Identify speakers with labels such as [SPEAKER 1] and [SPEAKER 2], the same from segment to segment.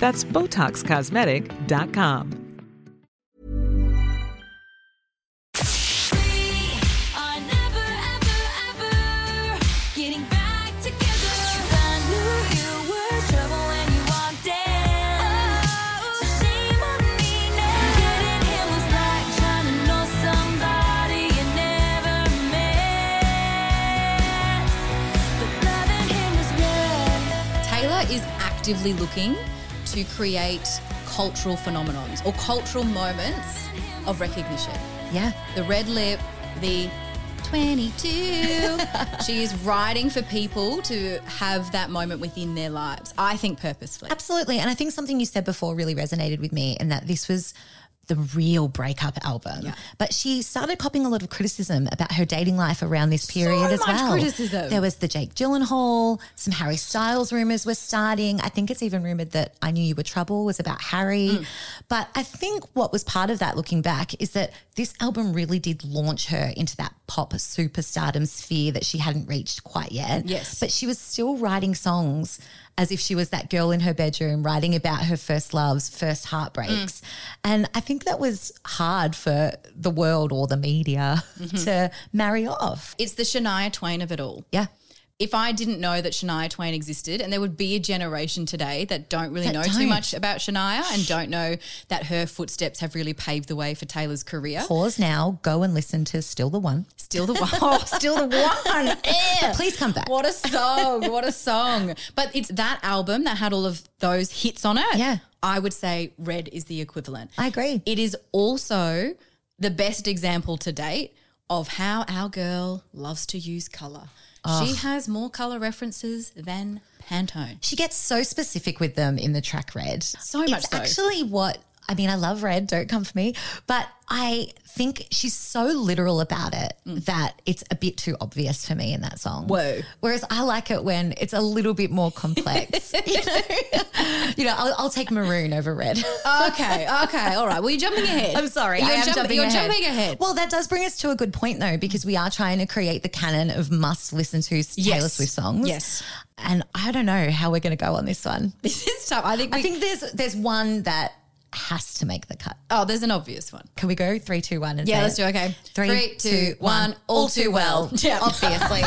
[SPEAKER 1] That's BotoxCosmetic.com.
[SPEAKER 2] Taylor is actively looking to create cultural phenomenons or cultural moments of recognition.
[SPEAKER 3] Yeah.
[SPEAKER 2] The red lip, the 22. she is writing for people to have that moment within their lives. I think purposefully.
[SPEAKER 3] Absolutely. And I think something you said before really resonated with me, and that this was the real breakup album. But she started copping a lot of criticism about her dating life around this period as
[SPEAKER 2] much
[SPEAKER 3] well.
[SPEAKER 2] criticism.
[SPEAKER 3] There was the Jake Gyllenhaal, some Harry Styles rumors were starting. I think it's even rumored that I Knew You Were Trouble was about Harry.
[SPEAKER 2] Mm.
[SPEAKER 3] But I think what was part of that looking back is that this album really did launch her into that pop superstardom sphere that she hadn't reached quite yet.
[SPEAKER 2] Yes.
[SPEAKER 3] But she was still writing songs as if she was that girl in her bedroom writing about her first loves, first heartbreaks.
[SPEAKER 2] Mm.
[SPEAKER 3] And I think that was hard for the world or the media
[SPEAKER 2] Mm-hmm.
[SPEAKER 3] to marry off.
[SPEAKER 2] It's the Shania Twain of it all.
[SPEAKER 3] Yeah.
[SPEAKER 2] If I didn't know that Shania Twain existed, and there would be a generation today that don't really
[SPEAKER 3] That
[SPEAKER 2] know too
[SPEAKER 3] don't.
[SPEAKER 2] much about Shania and don't know that her footsteps have really paved the way for Taylor's career.
[SPEAKER 3] Pause now, go and listen to Still the One.
[SPEAKER 2] Still the one. Oh, still the one. Yeah.
[SPEAKER 3] But please come back.
[SPEAKER 2] What a song. What a song. But it's that album that had all of those hits on it.
[SPEAKER 3] Yeah.
[SPEAKER 2] I would say Red is the equivalent.
[SPEAKER 3] I agree.
[SPEAKER 2] It is also the best example to date of how our girl loves to use color. She has more color references than Pantone.
[SPEAKER 3] She gets so specific with them in the track Red. So
[SPEAKER 2] much
[SPEAKER 3] It's
[SPEAKER 2] so.
[SPEAKER 3] actually what I mean, I love Red, don't come for me. But I think she's so literal about it that it's a bit too obvious for me in that song.
[SPEAKER 2] Mm. Whoa.
[SPEAKER 3] Whereas I like it when it's a little bit more complex. you know, you know I'll, I'll take maroon over red.
[SPEAKER 2] Okay, okay, all right. Well, you're jumping ahead.
[SPEAKER 3] I'm sorry.
[SPEAKER 2] Oh, You're,
[SPEAKER 3] I am
[SPEAKER 2] jump-
[SPEAKER 3] jumping
[SPEAKER 2] you're
[SPEAKER 3] ahead.
[SPEAKER 2] jumping ahead.
[SPEAKER 3] Well, that does bring us to a good point, though, because we are trying to create the canon of must listen to Taylor Swift songs.
[SPEAKER 2] Yes.
[SPEAKER 3] And I don't know how we're going to go on this one.
[SPEAKER 2] this is tough. I think. We,
[SPEAKER 3] I think there's there's one that has to make the cut.
[SPEAKER 2] Oh, there's an obvious one.
[SPEAKER 3] Can we go three, two, one? And
[SPEAKER 2] Yeah,
[SPEAKER 3] say
[SPEAKER 2] let's
[SPEAKER 3] it?
[SPEAKER 2] do it. Okay.
[SPEAKER 3] Three,
[SPEAKER 2] Three,
[SPEAKER 3] two,
[SPEAKER 2] two,
[SPEAKER 3] one.
[SPEAKER 2] one. All too well.
[SPEAKER 3] Yeah, obviously.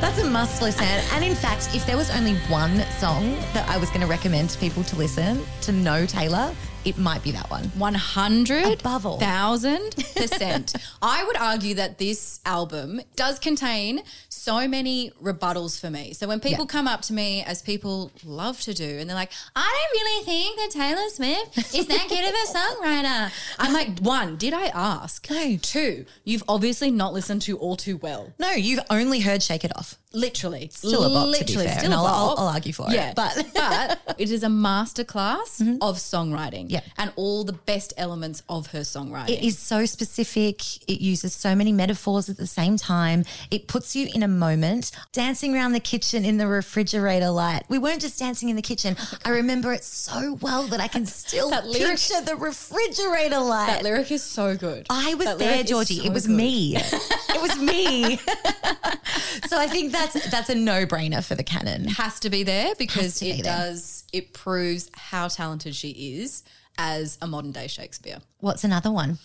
[SPEAKER 3] That's a must listen. And in fact, if there was only one song that I was going to recommend to people to listen to know Taylor, it might be that one.
[SPEAKER 2] One hundred
[SPEAKER 3] Above all.
[SPEAKER 2] thousand percent. I would argue that this album does contain so many rebuttals for me. So when people
[SPEAKER 3] Yeah.
[SPEAKER 2] come up to me, as people love to do, and they're like, "I don't really think that Taylor Swift is that good of a songwriter," I'm like, one, did I ask?
[SPEAKER 3] No.
[SPEAKER 2] Two, you've obviously not listened to All Too Well.
[SPEAKER 3] No, you've only heard Shake It Off.
[SPEAKER 2] Literally,
[SPEAKER 3] Still a bop, to be fair, and I'll- I'll- I'll argue for it,
[SPEAKER 2] Yeah,
[SPEAKER 3] but- Mm-hmm.
[SPEAKER 2] but it is a masterclass of songwriting.
[SPEAKER 3] Yeah.
[SPEAKER 2] and all the best elements of her songwriting.
[SPEAKER 3] It is so specific. It uses so many metaphors at the same time. It puts you in a moment, dancing around the kitchen in the refrigerator light. We weren't just dancing in the kitchen. I remember it so well that I can still
[SPEAKER 2] That lyric-
[SPEAKER 3] picture the refrigerator light.
[SPEAKER 2] that lyric is so good.
[SPEAKER 3] I was
[SPEAKER 2] That
[SPEAKER 3] there,
[SPEAKER 2] lyric is
[SPEAKER 3] Georgie.
[SPEAKER 2] so
[SPEAKER 3] it was
[SPEAKER 2] good.
[SPEAKER 3] me. It was me. so I think that's that's a no brainer for the canon.
[SPEAKER 2] has to be there because
[SPEAKER 3] to be
[SPEAKER 2] it
[SPEAKER 3] there.
[SPEAKER 2] does it proves how talented she is as a modern day Shakespeare.
[SPEAKER 3] What's another one?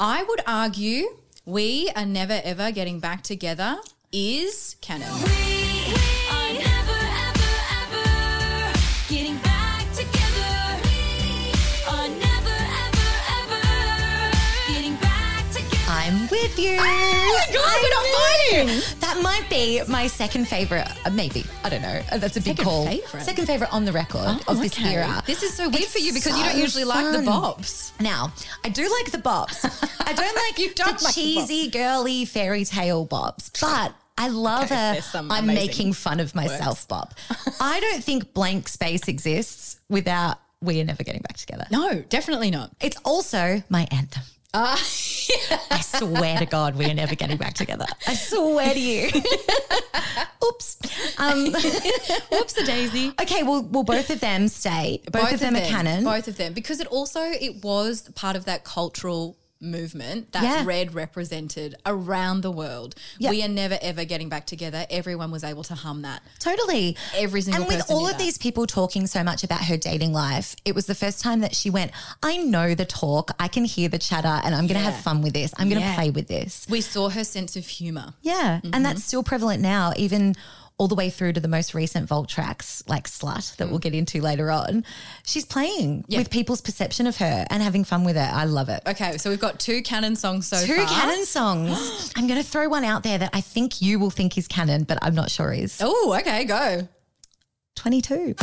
[SPEAKER 2] I would argue we are never ever getting back together is canon.
[SPEAKER 3] I'm with you.
[SPEAKER 2] Oh we're not fighting.
[SPEAKER 3] That might be my second favorite, uh, maybe. I don't know. Uh, That's a big
[SPEAKER 2] Second
[SPEAKER 3] call.
[SPEAKER 2] favourite?
[SPEAKER 3] Second favorite on the record of this
[SPEAKER 2] okay.
[SPEAKER 3] era.
[SPEAKER 2] This is so weird
[SPEAKER 3] It's
[SPEAKER 2] for you because you don't
[SPEAKER 3] so
[SPEAKER 2] usually like the
[SPEAKER 3] fun.
[SPEAKER 2] bops.
[SPEAKER 3] Now, I do like the bops. I don't like
[SPEAKER 2] You don't
[SPEAKER 3] the
[SPEAKER 2] like the
[SPEAKER 3] cheesy, girly fairy tale bops, but I love
[SPEAKER 2] Okay,
[SPEAKER 3] a
[SPEAKER 2] there's some
[SPEAKER 3] I'm
[SPEAKER 2] amazing
[SPEAKER 3] making fun of myself bop. I don't think blank space exists without we are never getting back together.
[SPEAKER 2] No, definitely not.
[SPEAKER 3] It's also my anthem.
[SPEAKER 2] Ah.
[SPEAKER 3] I swear to God, we are never getting back together. I swear to you. Oops. Um,
[SPEAKER 2] Whoops a daisy.
[SPEAKER 3] okay, well, well, both of them stay. Both, of them, are canon.
[SPEAKER 2] Both of them, because it also it was part of that cultural movement that
[SPEAKER 3] Yeah.
[SPEAKER 2] red represented around the world.
[SPEAKER 3] Yeah.
[SPEAKER 2] We are never ever getting back together. Everyone was able to hum that.
[SPEAKER 3] Totally.
[SPEAKER 2] Every single
[SPEAKER 3] And with
[SPEAKER 2] person
[SPEAKER 3] all
[SPEAKER 2] knew
[SPEAKER 3] of
[SPEAKER 2] that.
[SPEAKER 3] these people talking so much about her dating life, it was the first time that she went, I know the talk, I can hear the chatter, and I'm going to have fun with this. I'm going to
[SPEAKER 2] Yeah.
[SPEAKER 3] play with this.
[SPEAKER 2] We saw her sense of humor.
[SPEAKER 3] Yeah. And
[SPEAKER 2] Mm-hmm.
[SPEAKER 3] that's still prevalent now, even all the way through to the most recent Vault tracks like Slut that
[SPEAKER 2] Mm.
[SPEAKER 3] we'll get into later on. She's playing with people's perception of her and having fun with it. I love it.
[SPEAKER 2] Okay, so we've got two canon songs Oh, so
[SPEAKER 3] Two
[SPEAKER 2] far.
[SPEAKER 3] canon songs. I'm going to throw one out there that I think you will think is canon, but I'm not sure is.
[SPEAKER 2] Oh, okay, go.
[SPEAKER 3] 22.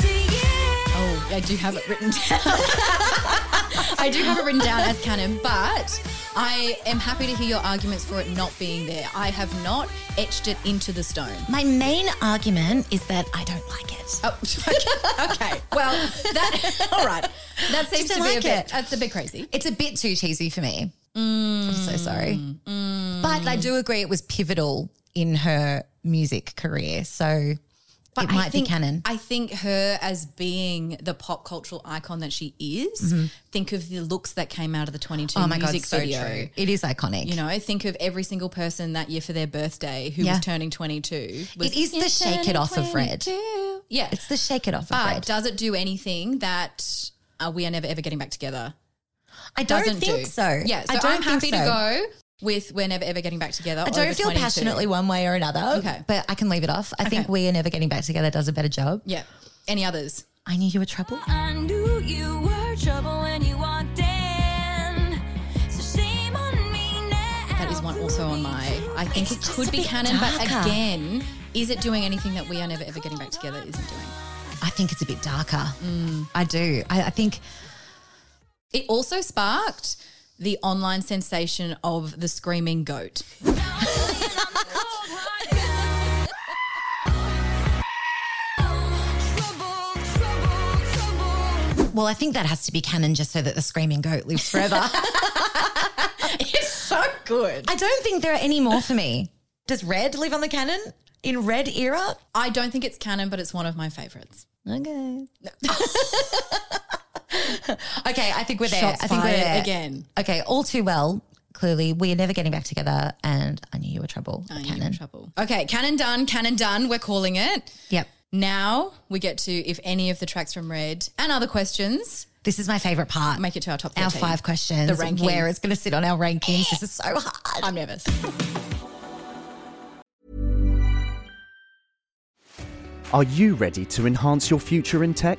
[SPEAKER 2] Oh, I do have it written down. I do have it written down as canon, but I am happy to hear your arguments for it not being there. I have not etched it into the stone.
[SPEAKER 3] My main argument is that I don't like it.
[SPEAKER 2] Oh, okay. okay. Well, that all right. That seems
[SPEAKER 3] Just
[SPEAKER 2] to
[SPEAKER 3] don't
[SPEAKER 2] be a
[SPEAKER 3] like
[SPEAKER 2] bit.
[SPEAKER 3] it.
[SPEAKER 2] That's a bit crazy.
[SPEAKER 3] It's a bit too cheesy for me.
[SPEAKER 2] Mm.
[SPEAKER 3] I'm so sorry. But I do agree it was pivotal in her music career. So it might
[SPEAKER 2] think,
[SPEAKER 3] be canon.
[SPEAKER 2] I think her as being the pop cultural icon that she is. Think of the looks that came out of the Twenty Two
[SPEAKER 3] Mm-hmm. oh my
[SPEAKER 2] music
[SPEAKER 3] God, so
[SPEAKER 2] video.
[SPEAKER 3] true. It is iconic.
[SPEAKER 2] You know, think of every single person that year for their birthday who
[SPEAKER 3] Yeah.
[SPEAKER 2] was turning 22. Was,
[SPEAKER 3] it is the shake it off of red.
[SPEAKER 2] yeah.
[SPEAKER 3] It's the shake it off of
[SPEAKER 2] but
[SPEAKER 3] red.
[SPEAKER 2] does it do anything that uh, we are never ever getting back together?
[SPEAKER 3] I don't
[SPEAKER 2] Doesn't
[SPEAKER 3] think
[SPEAKER 2] do.
[SPEAKER 3] so.
[SPEAKER 2] Yeah, so
[SPEAKER 3] I
[SPEAKER 2] I
[SPEAKER 3] don't
[SPEAKER 2] am happy
[SPEAKER 3] think so.
[SPEAKER 2] to go with we're never ever getting back together.
[SPEAKER 3] I don't
[SPEAKER 2] over
[SPEAKER 3] feel
[SPEAKER 2] 22.
[SPEAKER 3] passionately one way or another.
[SPEAKER 2] Okay.
[SPEAKER 3] But I can leave it off. I think We Are Never Getting Back Together does a better job.
[SPEAKER 2] Yeah. Any others?
[SPEAKER 3] I knew you were trouble.
[SPEAKER 4] I knew you were trouble when you walked in. So shame on me now.
[SPEAKER 2] That is one also on my. I
[SPEAKER 3] It's
[SPEAKER 2] think it
[SPEAKER 3] just
[SPEAKER 2] could
[SPEAKER 3] a
[SPEAKER 2] be
[SPEAKER 3] bit
[SPEAKER 2] canon, but
[SPEAKER 3] darker.
[SPEAKER 2] again, is it doing anything that we are never ever getting back together? Isn't doing.
[SPEAKER 3] I think it's a bit darker.
[SPEAKER 2] Mm.
[SPEAKER 3] I do. I, I think
[SPEAKER 2] It also sparked the online sensation of the screaming goat.
[SPEAKER 3] Well, I think that has to be canon just so that the screaming goat lives forever.
[SPEAKER 2] It's so good.
[SPEAKER 3] I don't think there are any more for me. Does red live on the canon in red era?
[SPEAKER 2] I don't think it's canon, but it's one of my favorites.
[SPEAKER 3] Okay. okay, I think we're there.
[SPEAKER 2] Shots
[SPEAKER 3] I think we're
[SPEAKER 2] fired
[SPEAKER 3] there.
[SPEAKER 2] again.
[SPEAKER 3] Okay, all too well. Clearly, we are never getting back together, and I knew you were trouble.
[SPEAKER 2] I knew you were in
[SPEAKER 3] canon.
[SPEAKER 2] trouble. Okay, canon done, canon done. We're calling it.
[SPEAKER 3] Yep.
[SPEAKER 2] Now we get to if any of the tracks from Red and other questions
[SPEAKER 3] This is my favorite part.
[SPEAKER 2] make it to our top 13.
[SPEAKER 3] our five questions.
[SPEAKER 2] The ranking.
[SPEAKER 3] Where it's going to sit on our rankings. this is so hard.
[SPEAKER 2] I'm nervous.
[SPEAKER 5] Are you ready to enhance your future in tech?